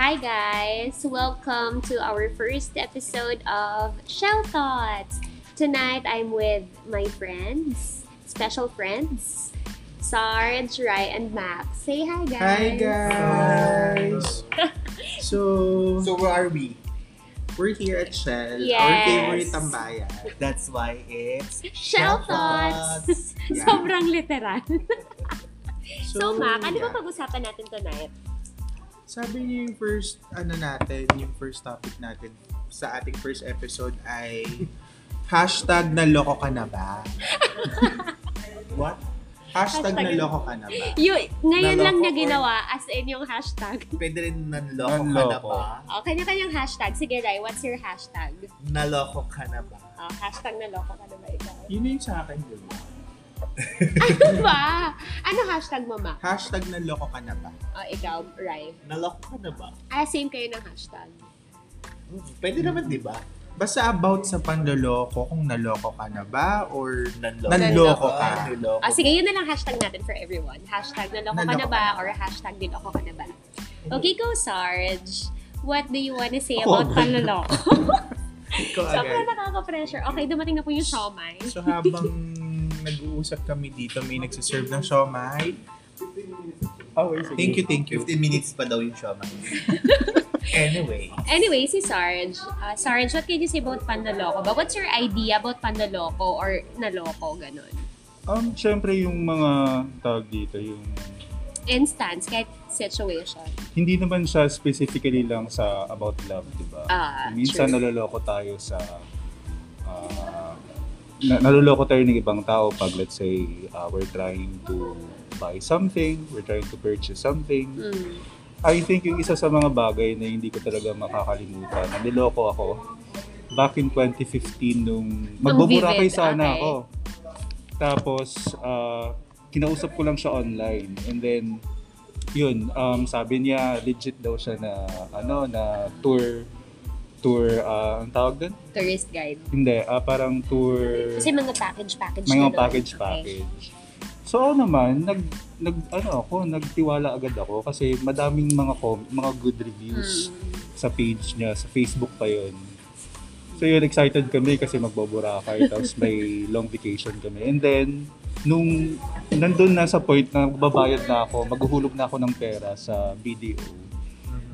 Hi guys! Welcome to our first episode of Shell Thoughts! Tonight, I'm with my friends, special friends, Sarge, Rai, and Max. Say hi guys! Hi guys! So, So where are we? we're here at Shell, our Yes. favorite tambayan. That's why it's Shell Shell Thoughts! Thoughts. Yeah. Sobrang literal. so, Mac, ano ba pag-usapan natin tonight? Sabi niyo yung first, ano natin, yung first topic natin sa ating first episode ay hashtag naloko ka na ba? What? Hashtag, Hashtag- naloko ka na ba? You, ngayon lang Naloko niya or- ginawa as in yung hashtag. Pwede rin nanloko, Nanloko. ka na ba? Oh, kanya-kanyang hashtag. Sige, Rai, what's your hashtag? Naloko ka na ba? Oh, hashtag na loko ka na ba ikaw? Yun na yung sa akin, di ba? ano ba? Ano hashtag mo, Mac? Hashtag naloko ka na ba? Oh, ikaw, Rai. naloko ka na ba? Mm, Ah, same kayo ng hashtag. Pwede naman, di ba? Basta about sa panloloko, kung naloko ka na ba or Nanloko, Nanloko ka. Nanloko. Ah, sige, yun na lang hashtag natin for everyone. Hashtag naloko ka na Naloko ba? ka na. Or hashtag niloko ka na ba? Okay, go Sarge. What do you wanna say Ako about agad. panloloko? ikaw Sobrang nakaka-pressure. Okay, dumating na po yung siomay. So habang nag-uusap kami dito, may nagsiserve ng siomay. Oh, wait, sige. Thank you, thank you. 15 minutes pa daw yung show, man. anyway. Anyway, si Sarge. Ah, Sarge, what can you say about panloloko? But what's your idea about panloloko or naloko? Ganon. Um, syempre yung mga tawag dito, yung Instance, kahit situation. hindi naman siya specifically lang sa about love, di ba? Ah, Minsan true. naloloko tayo sa ah, na- naloloko tayo ng ibang tao pag let's say ah, we're trying to buy something, we're trying to purchase something. Mm. I think yung isa sa mga bagay na hindi ko talaga makakalimutan, na niloko ako back in 2015 nung magbubura vivid, kay sana okay. ako. Tapos, ah, kinausap ko lang siya online. And then, yun, um, sabi niya, legit daw siya na, ano, na tour, tour, ah, ang tawag doon? Tourist guide. Hindi, ah, parang tour, Kasi mga package-package. mga ganon. Okay. package-package. So ako naman, nag, nag, ano ako, nagtiwala agad ako kasi madaming mga, com- mga good Mm. reviews sa page niya, sa Facebook pa yun. So yun, excited kami kasi magbaburakay, tapos may long vacation kami. And then, nung nandun na sa point na magbabayad na ako, maghuhulog na ako ng pera sa BDO,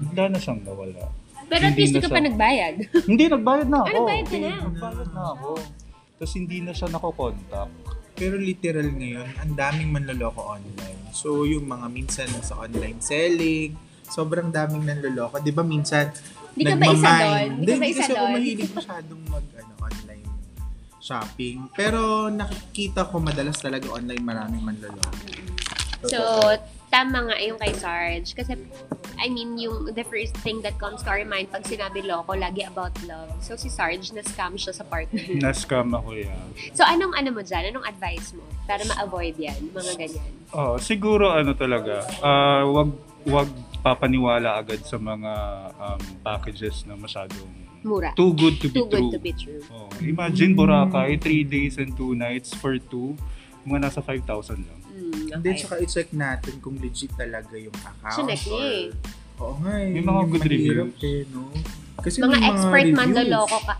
bigla na siyang nawala. Pero at Hindi least di na ka siya- pa nagbayad. Hindi, nagbayad na Ah, ako. nagbayad ka na? Nagbayad na ako. Tapos hindi na siya nakokontakt. Pero literal ngayon, ang daming manloloko online. So yung mga minsan sa online selling, sobrang daming nanloloko. Di ba minsan, Di ka ba isa nagmamine. doon? Di ka ba Hindi, isa kasi ako doon? mahilig masyadong mag ano, online shopping. Pero nakikita ko madalas talaga online maraming manloloko. So, tama nga yung kay Sarge. Kasi, I mean, yung the first thing that comes to our mind pag sinabi loko, lagi about love. So, si Sarge, na-scam siya sa partner. Na-scam ako yan. So, anong ano mo dyan? Anong advice mo? Para ma-avoid yan, mga ganyan. Oh, siguro ano talaga, ah, wag wag papaniwala agad sa mga um, packages na masyadong Mura. too good to be Too true. good to be Mm. true. Oh, imagine Boracay, 3 days and 2 nights for 2, mga nasa 5,000 lang. Mm, Hindi, okay. tsaka i-check natin kung legit talaga yung account. Chinek niya or- eh. Oo nga eh. May mga yung good mahirap reviews. Eh, no? Kasi Mga may expert reviews. manloloko ka.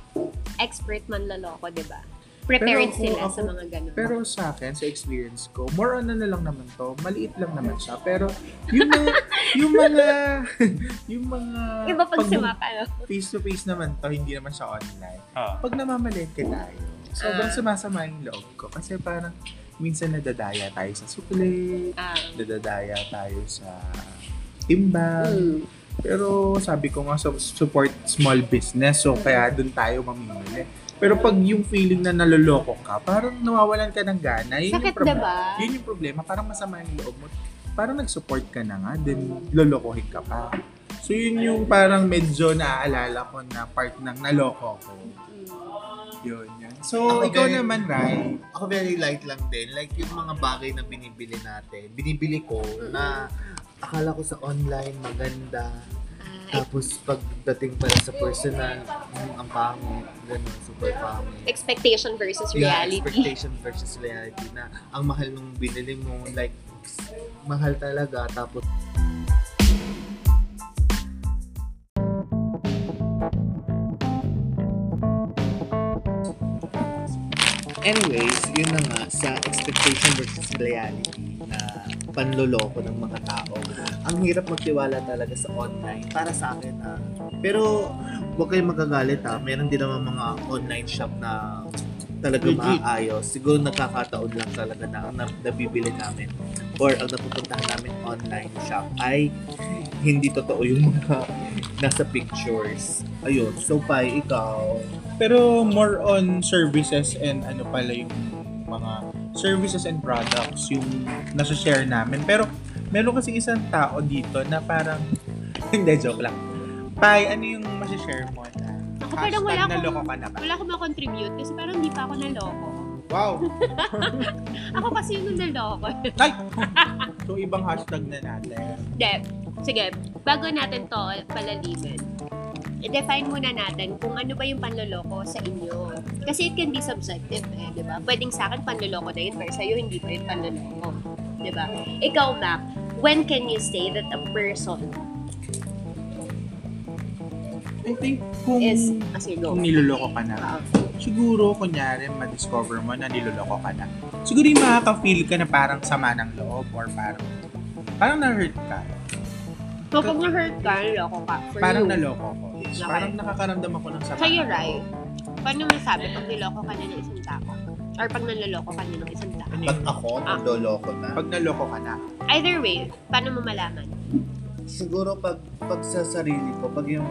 Expert manloloko, di ba? Prepared Pero ako- sila sa ako- mga ganun. Pero sa akin, sa experience ko, more on ano lang naman to, maliit lang naman siya. Pero yung mga, yung mga, yung mga, Iba pag pag- sumaka, no? face to face naman to, hindi naman siya online. Ah, Pag namamalengke tayo, sobrang Ah. sumasama yung loob ko. Kasi parang, minsan nadadaya tayo sa sukle, Ah. nadadaya tayo sa timbang, Mm. Pero sabi ko nga, so, support small business. So, kaya doon tayo mamimili. Pero pag yung feeling na naloloko ka, parang nawawalan ka ng gana. Yun Sakit, yung problema. diba? Yun yung problema. Parang masama yung loob mo. Parang nag-support ka na nga, then lolokohin ka pa. So, yun yung parang medyo naaalala ko na part ng naloko ko. Hmm. Yun, yun. So, Okay. ikaw naman, Rai. Ako very light lang din. Like yung mga bagay na binibili natin. Binibili ko na akala ko sa online maganda. Ah, Tapos pagdating pala sa personal, mm, ang pangit. Ganun, super pangit. expectation versus Yeah, reality. expectation versus reality na ang mahal nung binili mo, like, mahal talaga. Tapos, Anyways, yun na nga sa expectation versus reality na panloloko ng mga tao. Ang hirap magtiwala talaga sa online para sa akin ah. Pero huwag kayong magagalit ha. Meron din naman mga online shop na talaga Legit. maayos. Siguro nagkakataon lang talaga na ang nab- nabibili namin or ang napupuntahan namin online shop ay hindi totoo yung mga nasa pictures. Ayun. So, Pai, ikaw, Pero more on services and ano pala yung mga services and products yung nasa-share namin. Pero meron kasi isang tao dito na parang, hindi, joke lang. Pai, ano yung masashare mo na Ako parang hashtag wala naloko akong, ka na ba? wala akong makontribute kasi parang hindi pa ako naloko. Wow! Ako kasi yung naloko. Ay! so, ibang hashtag na natin. Hindi. Sige, bago natin to palalimin, i-define muna natin kung ano ba yung panloloko sa inyo. Kasi it can be subjective eh, di ba? Pwedeng sa akin panloloko na yun, pero sa'yo hindi pa yun panloloko. Di ba? Ikaw, Mac, when can you say that a person I think kung, is a Ah, silo? kung niloloko ka na, siguro, kunyari, ma-discover mo na niloloko ka na. Siguro yung makaka-feel ka na parang sama ng loob or parang, parang na-hurt ka. So, kung na-hurt ka, naloko ka. For parang you. naloko ko. Yes, Okay. Parang nakakaramdam ako ng sama. Sa'yo, Rai, paano masabi pag niloko ka na ng isang tao? Or pag nanloloko ka na ng isang tao? pag ako, Ah. naloloko na. Pag naloko ka na. Either way, paano mo malaman? siguro pag, pag sa sarili ko, pag yung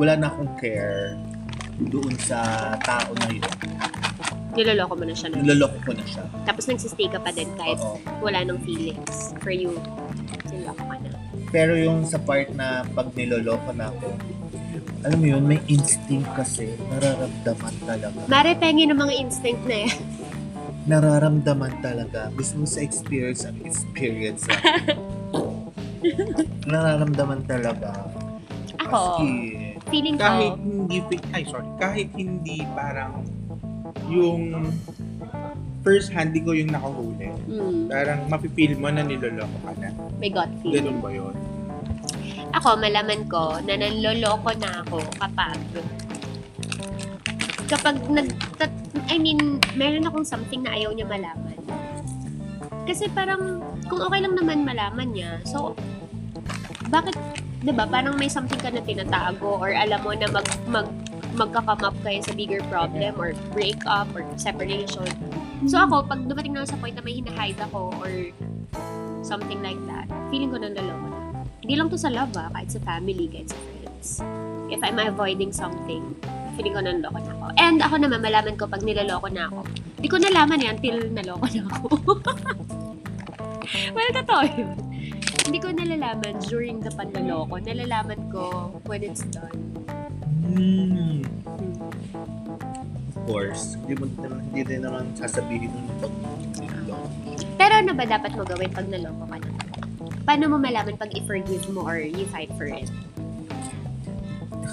wala na akong care doon sa tao na yun, Niloloko mo na siya na. niloloko ko na siya. Tapos nagsistay ka pa din kahit Oo. wala ng feelings for you. Niloloko ka na. Pero yung sa part na pag niloloko na ako, alam mo yun, may instinct kasi, nararamdaman talaga. Mare, pengi ng mga instinct na yan. nararamdaman talaga. Gusto mo sa experience ang experience. ah. nararamdaman talaga. Ako, Kasi, feeling Kahit ko, hindi, fi- ay sorry, kahit hindi parang yung first hand ko yung nakahuli. mm, Parang mapipil mo na niloloko ka na. may gut feeling. Ganun ba yun? Ako, malaman ko na nanloloko na ako kapag kapag nag I mean, meron akong something na ayaw niya malaman. Kasi parang kung okay lang naman malaman niya, so bakit 'di ba parang may something ka na tinatago or alam mo na mag mag magka-come up kayo sa bigger problem or break up or separation. So ako, pag dumating na ako sa point na may hinahide ako or something like that, feeling ko nanloloko na. Hindi lang to sa love ah, kahit sa family, kahit sa friends. If I'm avoiding something, feeling ko nanloko na ako. And ako naman, malaman ko pag nilaloko na ako. Hindi ko nalaman yan till naloko na ako. well, totoo yun. Hindi ko nalalaman during the panloloko. Nalalaman ko when it's done. Hmm. of course, hindi mo hindi din naman sasabihin mo pag niloloko. Pero ano ba dapat mo gawin pag naloko ka na? Paano mo malaman pag i-forgive mo or you fight for it?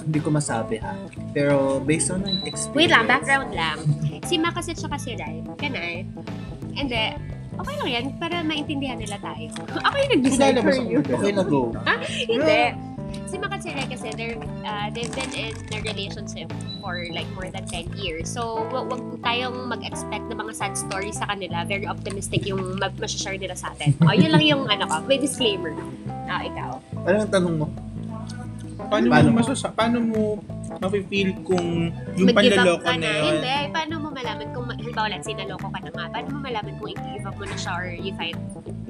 Hindi ko masabi ha. Pero based on my experience. Wait lang, background lang. Si Ma kasi tsaka si Rai. Kanay. And then, okay lang yan para maintindihan nila tayo. ako yung nag-decide for Lalabas ako you. ng Okay na go. Hindi. Si Ma kasi Rai kasi they're, uh, they've been in a relationship for like more than 10 years. So, wag, wag tayong mag-expect ng mga sad stories sa kanila. Very optimistic yung mag- share nila sa atin. O, yun lang yung ano ko. May disclaimer. Ah, ikaw. Ano ang tanong mo? Paano, Paano? mo masasa paano mo mapipil kung yung Mag-give up panloloko ka na yun? Hindi. Paano mo malaman kung, halimbawa, let's say, naloko ka na nga. Paano mo malaman kung i-give up mo na siya or you fight,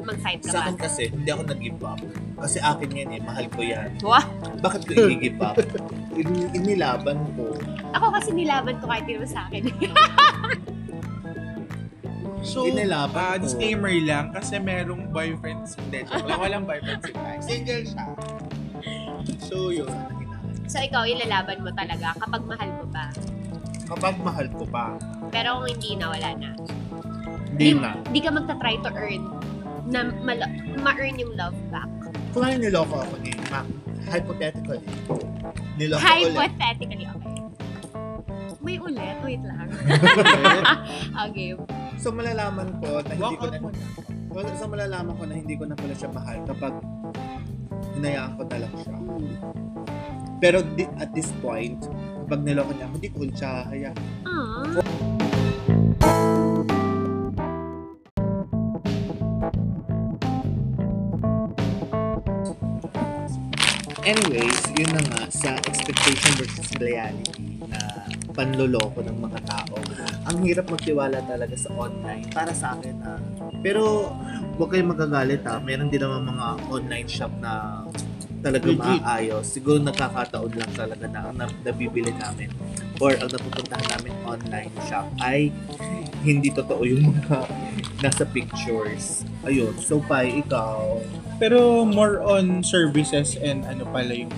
mag-fight ka Sa ba? akin kasi, hindi ako nag-give up. Kasi akin yan eh, mahal ko yan. Wah! Bakit ko i-give up? In- inilaban ko. Ako kasi nilaban ko kahit di naman sa akin. So, Inilaban ah, ko. disclaimer lang, kasi merong boyfriend si Dejo. Wala, walang boyfriend si Pai. Single siya. So yun. so, ikaw, ilalaban mo talaga kapag mahal mo ba. Kapag mahal ko pa, Pero kung hindi na, wala na. hindi na. Hindi ka magta-try to earn na mal- ma-earn yung love back. Kung ano niloko ako ni Mac, hypothetically, niloko ulit. Hypothetically, okay. May ulit. Wait lang. okay. so malalaman ko na hindi Walk ko out na, mo na. well, so malalaman ko na hindi ko na pala siya mahal kapag hinayaan ko na lang siya. Pero di- at this Ah, point, kapag niloko niya ako, hindi ko ulit siya hahayaan. Aww. Anyways, yun na nga sa expectation versus reality na panloloko ng mga tao. Ang hirap magtiwala talaga sa online para sa akin ah. Pero huwag kayong magagalit ha. Meron din naman mga online shop na talaga Legit. maayos. Siguro nagkakataon lang talaga na ang nab- nabibili namin or ang napupuntahan namin online shop ay hindi totoo yung mga nasa pictures. Ayun. So, Pai, ikaw, Pero more on services and ano pala yung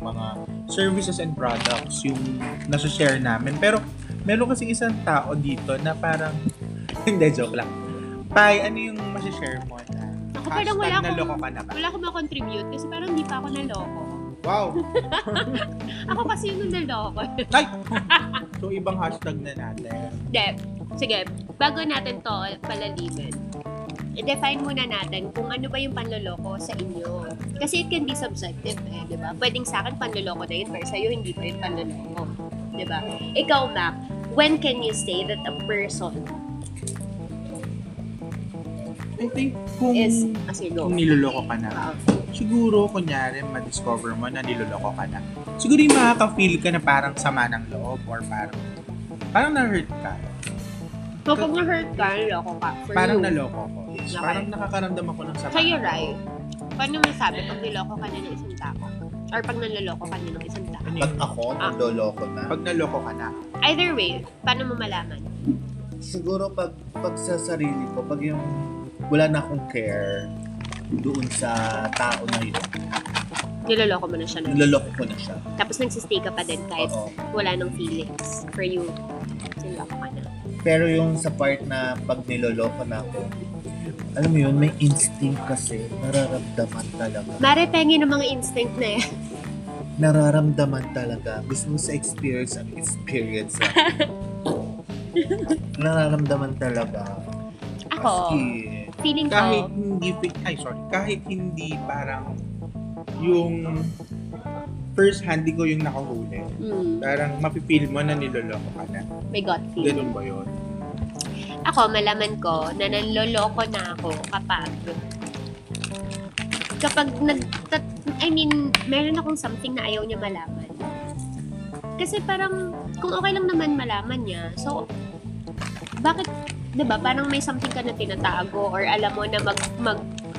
mga services and products yung nasa-share namin. Pero meron kasi isang tao dito na parang, hindi, joke lang. Pai, ano yung masashare mo na Ako hashtag parang wala naloko akong, ka na ba? wala akong makontribute kasi parang hindi pa ako naloko. Wow! Ako kasi yun yung naloko. Ay! so, ibang hashtag na natin. Hindi. Sige, bago natin to palalimin, i-define muna natin kung ano ba yung panloloko sa inyo. Kasi it can be subjective eh, di ba? Pwedeng sa akin panloloko na yun, pero sa'yo hindi pa yun panloloko. Di ba? Ikaw, Mac, when can you say that a person I think kung, is a sino? kung niloloko ka na, Ah, siguro, kunyari, ma-discover mo na niloloko ka na. Siguro yung makaka-feel ka na parang sama ng loob or parang, parang na-hurt ka. Kapag na-hurt ka, naloko ka. For Parang you. naloko ko. Yes, Okay. Parang nakakaramdam ako ng sama. Sa'yo, ng Rai, loob. paano masabi pag niloko ka na ng isang tao? Or pag nanloloko ka na ng isang tao? pag ako, Ah. naloloko na. Pag naloko ka na, Either way, paano mo malaman? siguro pag, pag sa sarili ko, pag yung wala na akong care doon sa tao na yun, Niloloko mo na siya na. niloloko ko na siya. Tapos nagsistay ka pa din kahit Oo. wala ng feelings for you. Niloloko ka na. Pero yung sa part na pag niloloko na ako, alam mo yun, may instinct kasi, nararamdaman talaga. Mare, pengi ng mga instinct na yan. Nararamdaman talaga. Gusto mo sa experience ang experience. ah. nararamdaman talaga. Ako, Kasi, feeling kahit ko, hindi, fi- ay sorry, kahit hindi parang yung first handi ko yung nakahuli, mm, parang mapipil mo na niloloko ka na. may gut feeling. Ganun ba yun? Ako, malaman ko na nanloloko na ako kapag kapag nag tat- I mean, meron akong something na ayaw niya malaman. Kasi parang kung okay lang naman malaman niya, so bakit 'di ba parang may something ka na tinatago or alam mo na mag mag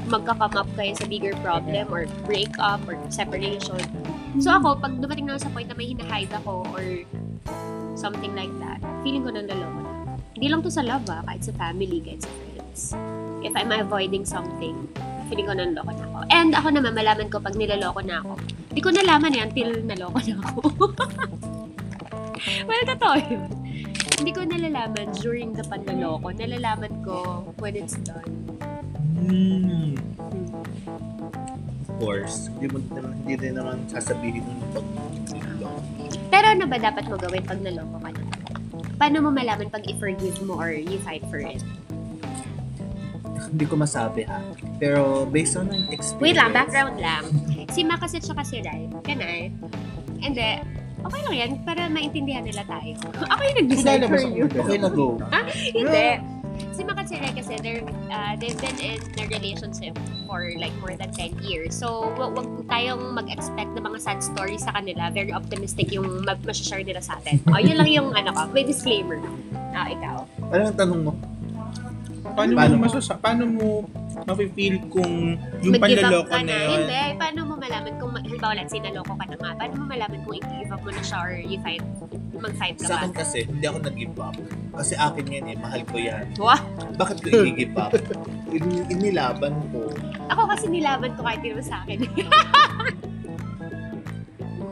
magka-come up kayo sa bigger problem or break up or separation. So ako, pag dumating na ako sa point na may hinahide ako or something like that, feeling ko nanloloko na. Hindi lang to sa love ah, kahit sa family, kahit sa friends. If I'm avoiding something, feeling ko nanloko na ako. And ako naman, malaman ko pag nilaloko na ako. Hindi ko nalaman yan till naloko na ako. well, totoo yun. Hindi ko nalalaman during the panloloko. Nalalaman ko when it's done. Hmm. of course, hindi mo hindi din naman sasabihin mo pag niloloko. Pero ano ba dapat mo gawin pag naloko ka na? Paano mo malaman pag i-forgive mo or you fight for it? Hindi ko masabi ha. Pero based on my experience... Wait lang, background lang. Si Ma kasi siya kasi Rai. Kanay. And then, okay lang yan para maintindihan nila tayo. ako yung nag-decide for Lalabas ako you. ng Okay na go. Hindi. Si Ma kasi Rai kasi they're, uh, they've been in a relationship for like more than 10 years. So, wa- wag tayong mag-expect ng mga sad stories sa kanila. Very optimistic yung mag- share nila sa atin. O, yun lang yung ano ko. May disclaimer. Ah, ikaw. Ano ang tanong mo? Paano, Paano? mo masasa- paano mo mapipil kung yung Mag-give up panloloko ka na yun? Hindi. Paano mo malaman kung, halimbawa, let's say, naloko ka na nga. Paano mo malaman kung i-give up mo na siya or you fight, mag-fight ka Sa ba? akin kasi, hindi ako nag-give up. Kasi akin yan eh, mahal ko yan. Wah! Bakit ko i-give up? In- inilaban ko. Ako kasi nilaban ko kahit yun sa akin.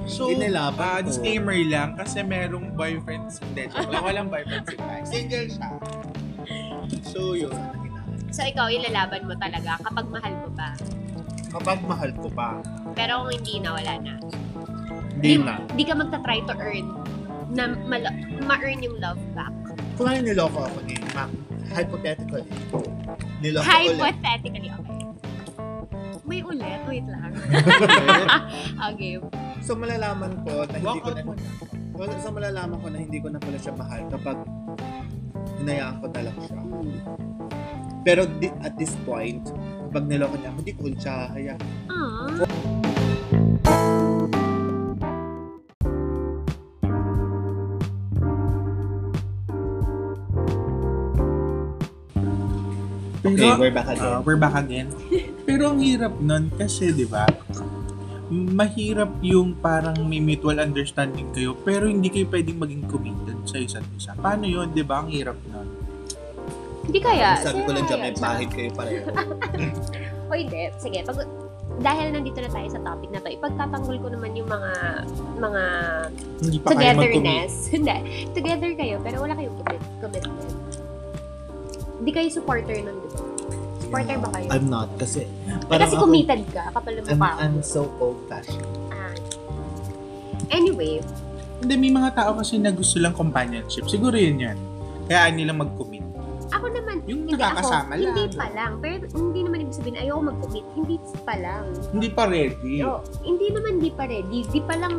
So, Inilaban ah, ko. disclaimer lang, kasi merong boyfriend si Dejo. Wala, walang boyfriend si Pai. Single siya. So yun, so, ikaw, ilalaban mo talaga kapag mahal mo pa. kapag mahal ko pa, Pero kung hindi na, wala na. hindi na. Hindi ka magta-try to earn na malo- ma-earn yung love back. Kung ano niloko ako ni Mac, hypothetically, niloko ulit. Hypothetically, okay. May ulit. Wait lang. Ah, okay. so malalaman ko na hindi Walk ko out na, mo na. so malalaman ko na hindi ko na pala siya mahal kapag hinayaan ko talaga siya. Pero di, at this Ah, point, pag niloko niya ako, hindi ko siya hayaan. Aww. Okay, Pero, we're back Ah, again. we're back again. Pero ang hirap nun kasi, di ba, mahirap yung parang may mutual understanding kayo pero hindi kayo pwedeng maging committed sa isa't isa. Paano yun, di ba? Ang hirap nun. Hindi kaya. Sabi ko lang Sino dyan, may kaya? bahid kayo pareho. O hindi. Sige, pag, dahil nandito na tayo sa topic na to, ipagtatanggol ko naman yung mga mga Hindi pa kayo mag-commit. togetherness. Hindi. Together kayo, pero wala kayong commit- commitment. Hindi kayo supporter nun, di ba? Supporter ba kayo? I'm not kasi... Eh, parang kasi ako- committed ka kapal na I'm, mukha. I'm so old-fashioned. Ah. Anyway, Hindi, may mga tao kasi na gusto lang companionship. Siguro yun yan. Kaya nilang mag-commit. ako naman, Yung hindi ako, nakakasama lang. hindi pa lang. Pero hindi naman ibig sabihin, ayoko mag-commit. Hindi pa lang. Hindi pa ready. Yo, hindi naman di pa ready. Di pa lang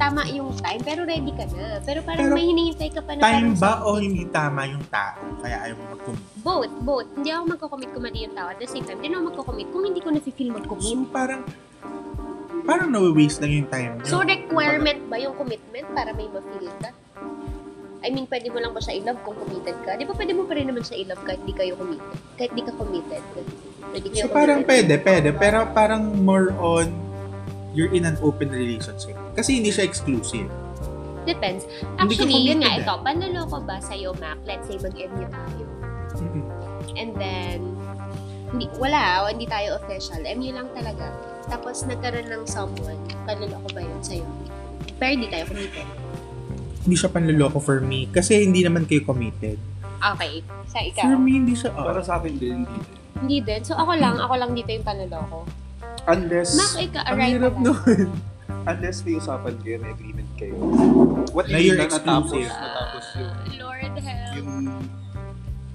tama yung time, pero ready ka na. Pero parang Pero may hinihintay ka pa na Time parang ba o hindi tama yung tao? Kaya ayaw mo mag-commit. Both, both. Hindi ako magko-commit kung mali yung tao. At the same time, hindi na ako magko-commit kung hindi ko nafe-feel mag-commit. So parang, parang nawi-waste lang yung time nyo. So, requirement ba yung commitment para may ma-feel ka? I mean, pwede mo lang ba siya i-love kung committed ka? Di ba pwede mo pa rin naman siya i-love kahit di kayo committed? Kahit di ka committed. Pwede kayo So parang committed. pwede, pwede. Pero parang more on you're in an open relationship. Kasi hindi siya exclusive. Depends. ka Actually, yun nga, committed eh. ito. Panloloko ba sa'yo, Mac? Let's say, mag-end na tayo. And then, hindi, wala, hindi tayo official. MU lang talaga. Tapos, nagkaroon ng someone. Panloloko ba yun sa'yo? Pero hindi tayo committed. Hindi siya panloloko for me. Kasi hindi naman kayo committed. Okay. Sa For ikaw. me, hindi siya. oh. Para sa akin din, hindi. Hindi din. So, ako lang. Ako lang dito yung panloloko. Unless, Mac, ikaw, Ang aray hirap nun. unless may usapan kayo, may agreement kayo. What Na if you're natapos, exclusive. natapos yung, Lord help. yung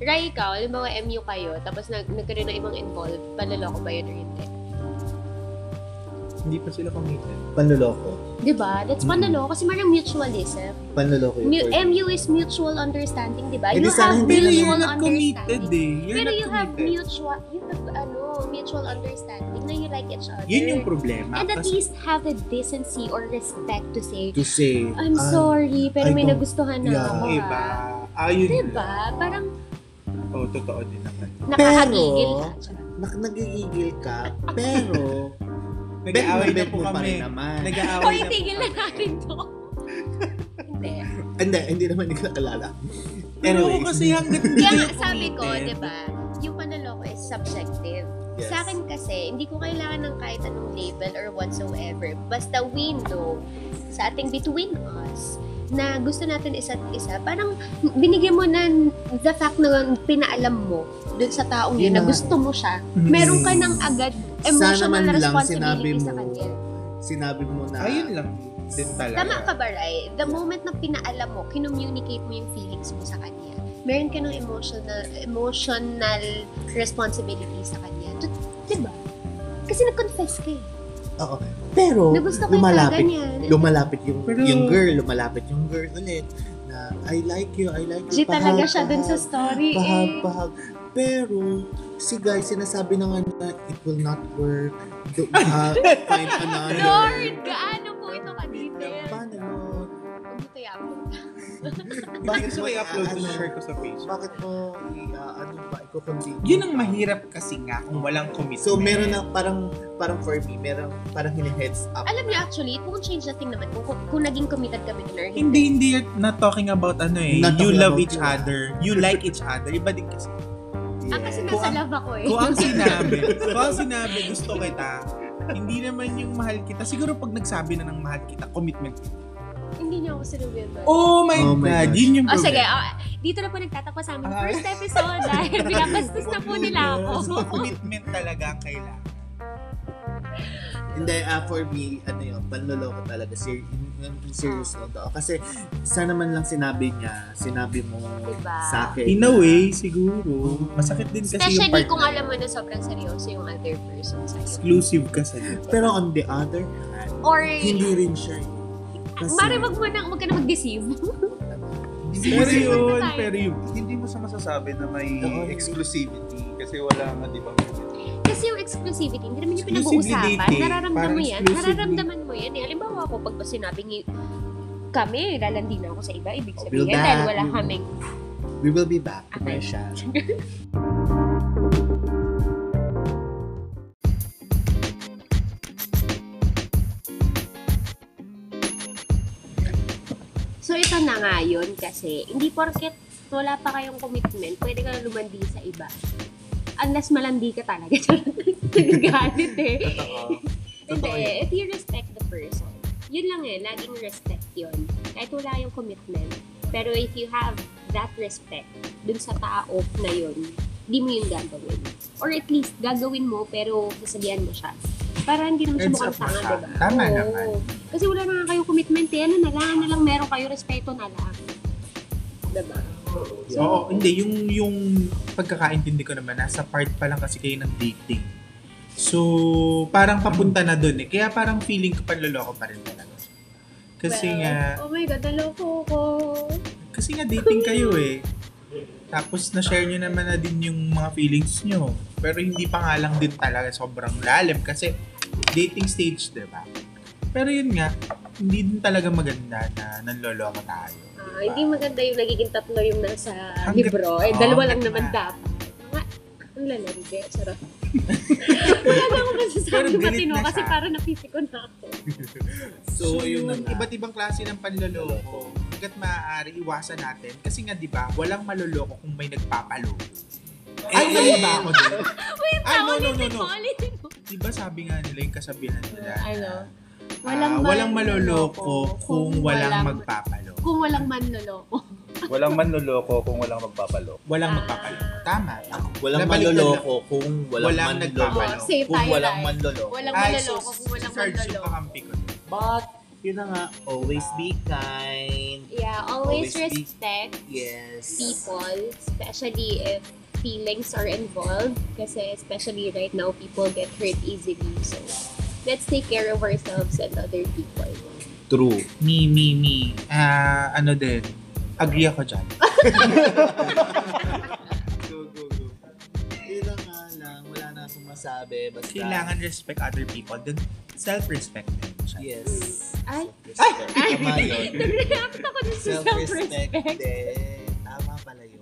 Ray, ikaw, halimbawa MU kayo, tapos nag nagkaroon ng ibang involved, panloloko ba yun or hindi? Hindi pa sila committed. Panloloko. Diba? Mm. That's panloloko kasi marang mutualism. Panloloko yun. Mu- MU is mutual understanding, diba? Eh, di You sana have hindi Pero Mutual you're mutual not committed understanding. eh. You're Pero not you have committed. mutual, you have ano, mutual understanding na you like each other. Yun yung problema. And at Kasi least have the decency or respect to say, To say, I'm ah, sorry, pero I may don't- nagustuhan Yeah. na ako. ah." iba. Ayun. Diba? Parang Oo, totoo din naman. nakakagigil ka. Charot. nak- nagigigil ka, pero Nag-aaway na bet po mo pa kami. rin naman. Hoy, Nag-aaway na po itigil na kami. natin to. Hindi. Hindi, hindi naman nagkakalala. Pero Anyway. kasi eh, hanggat hindi Kaya kayo nga, sabi ko, diba? committed, di ba, yung panaloko is subjective. Yes. Sa akin kasi, hindi ko kailangan ng kahit anong label or whatsoever. Basta window sa ating between us na gusto natin isa't isa. Parang binigyan mo na the fact na pinaalam mo dun sa taong yun Yun na na. gusto mo siya. Mm. Meron ka ng agad Sana emotional man lang sinabi responsibility mo, sa kanya. sinabi mo na, Ayun lang din talaga. Tama ka ba, Ray? The moment na pinaalam mo, kinummunicate mo yung feelings mo sa kanya. Meron ka ng emotional, emotional responsibility sa kanya. D- diba? Kasi nag-confess ka eh. Oo. pero Na gusto ko yung lumalapit, ganyan. lumalapit yung, Pero- yung girl, lumalapit yung girl ulit na I like you, I like Kasi you. talaga siya dun sa pahag, story Pahag, eh. pahag. Pero, si guy, sinasabi na nga na it will not work. Do, ah, find another. Lord, gaano po ito ka-detail? ano. Paano yun? Buti ako. Bakit ko i-upload ano, yung share ko sa Facebook? Bakit mo, i- ah, ano ba, i-continue? Yun ang mahirap kasi nga kung walang commitment. So, meron na parang, parang for me, meron parang hini-heads up. Alam niyo actually, it won't change the thing naman kung, kung naging committed kami dun or hindi. Hindi, hindi. you're Not talking about ano eh. Not you talking love about each you, ah. other. You like each other. Iba din kasi. Ah, kasi Yeah. Kung nasa ang- love ako eh. Kung ang sinabi, kung ang sinabi, gusto kita, hindi naman yung mahal kita. Siguro pag nagsabi na ng mahal kita, commitment. Hindi niyo ako sinubihan ba? Oh my, Oh my God. gosh. Yun yung Oh, sige. problem. ah, dito na po nagtatapos sa aming Ah. first episode dahil binabastos ah, na po nila ako. So, commitment talaga ang kailangan. Hindi, ah, for me, ano yun, panloloko talaga. Ser- in- in- serious Ah. na to. Kasi, sana man lang sinabi niya, sinabi mo Diba? sa akin. In a way, siguro. Masakit din kasi yung Especially part kung na alam mo na sobrang seryoso yung other person sa'yo. exclusive ka sa dito. Pero on the other hand, Or, hindi rin siya. eh. Kasi, Mari, wag mo na, wag ka na mag-deceive. Hindi Pero kasi yun, tayo. pero yun. hindi mo siya masasabi na may Oo, hindi. exclusivity kasi wala nga, di ba? Kasi yung exclusivity, hindi naman yung Exclusively pinag-uusapan. dating. Nararamdaman Parang mo yan. exclusively. Nararamdaman mo yan. Eh, Halimbawa ako, pag sinabing y- kami, lalandi na ako sa iba, ibig Oh, sabihin, build dahil up. wala kaming we will be back. Commercial. nga yun kasi hindi porket wala pa kayong commitment, pwede ka na lumandi sa iba. Unless malandi ka talaga. Nagagalit eh. Totoo. Hindi, Totoo yun. if you respect the person, yun lang eh, laging respect yun. Kahit wala yung commitment. Pero if you have that respect dun sa tao na yun, di mo yun gagawin. Or at least, gagawin mo pero sasabihan mo siya. Para hindi naman siya Heads mukhang up na tanga, siya. diba? Tama Oo. naman. Kasi wala na nga kayong commitment eh. Ano na lang, ano na lang meron kayo, respeto na lang. Diba? Oo, hindi. Yung, yung pagkakaintindi ko naman, nasa part pa lang kasi kayo ng dating. So, parang papunta na dun eh. Kaya parang feeling ko panloloko pa rin talaga. Kasi Well, nga, Oh my God, naloko ko. kasi nga dating kayo eh. Tapos na-share nyo naman na din yung mga feelings nyo. Pero hindi pa nga lang din talaga sobrang lalim kasi dating stage, di ba? Pero yun nga, hindi din talaga maganda na nanloloko tayo. Ah, hindi maganda yung nagiging tatlo yung nasa Hanggat- libro. Eh, Oo, dalawa lang hanggat naman na. dapat. Nga, ang lalandi. Sarap. Wala na akong Pero masasabi delete matino na kasi siya. parang napipikon na ako. So, yun ang ang iba't ibang klase ng panloloko. Hanggat maaari, iwasan natin. Kasi nga, di ba, walang maloloko kung may nagpapaloko. Eh, Ay, mali ba ako doon? Wait, Ay, Ah, no, no, no, no. Paulitin mo. Di ba sabi nga nila yung kasabihan nila? Ano? ah, walang maloloko kung walang magpapaloko. Kung walang manloloko. Walang manloloko kung walang magpapaloko. Walang Ah. magpapaloko. Tama. Walang Nabaliktad manloloko kung walang, Walang manloloko. nagpapaloko. Oh, save Kung tayo walang tayo. manloloko. Walang Ay, Ah, so, manloloko kung walang Sarge, yung manloloko. kakampi ko. But, yun na nga, always be kind. Yeah, always, Always be- respect Yes. people, especially if feelings are involved. Kasi especially right now, people get hurt easily. So, let's take care of ourselves and other people. True. Me, me, me. Ah, ano din. Agree ako dyan. Go, go, go. Yun na nga lang, wala na akong masabi. Basta, Kailangan respect other people. Then, self-respect din siya. Yes. Ay. Self-respect. Tama yun. Nag-react ako dun sa Self-respect. self-respect. din. Tama pala yun.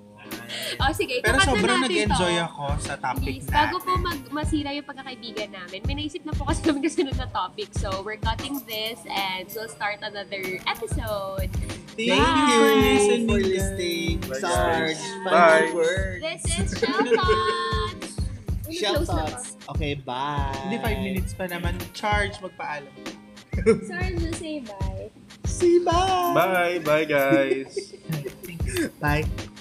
O sige, Pero ikapat na sobrang natin nag-enjoy to. ako sa topic Please, natin. bago po mag masira yung pagkakaibigan namin, may naisip na po kasi kami kasunod na topic. So, we're cutting this and we'll start another episode. Thank Bye. you for listening. for listening. Bye, Sarge, guys. final Bye. word. This is Shellpots! Shout outs. Okay, bye. Hindi, 5 minutes pa naman. Charge, magpaalam. Sorry to say bye. See, bye. Bye! Bye guys! Bye.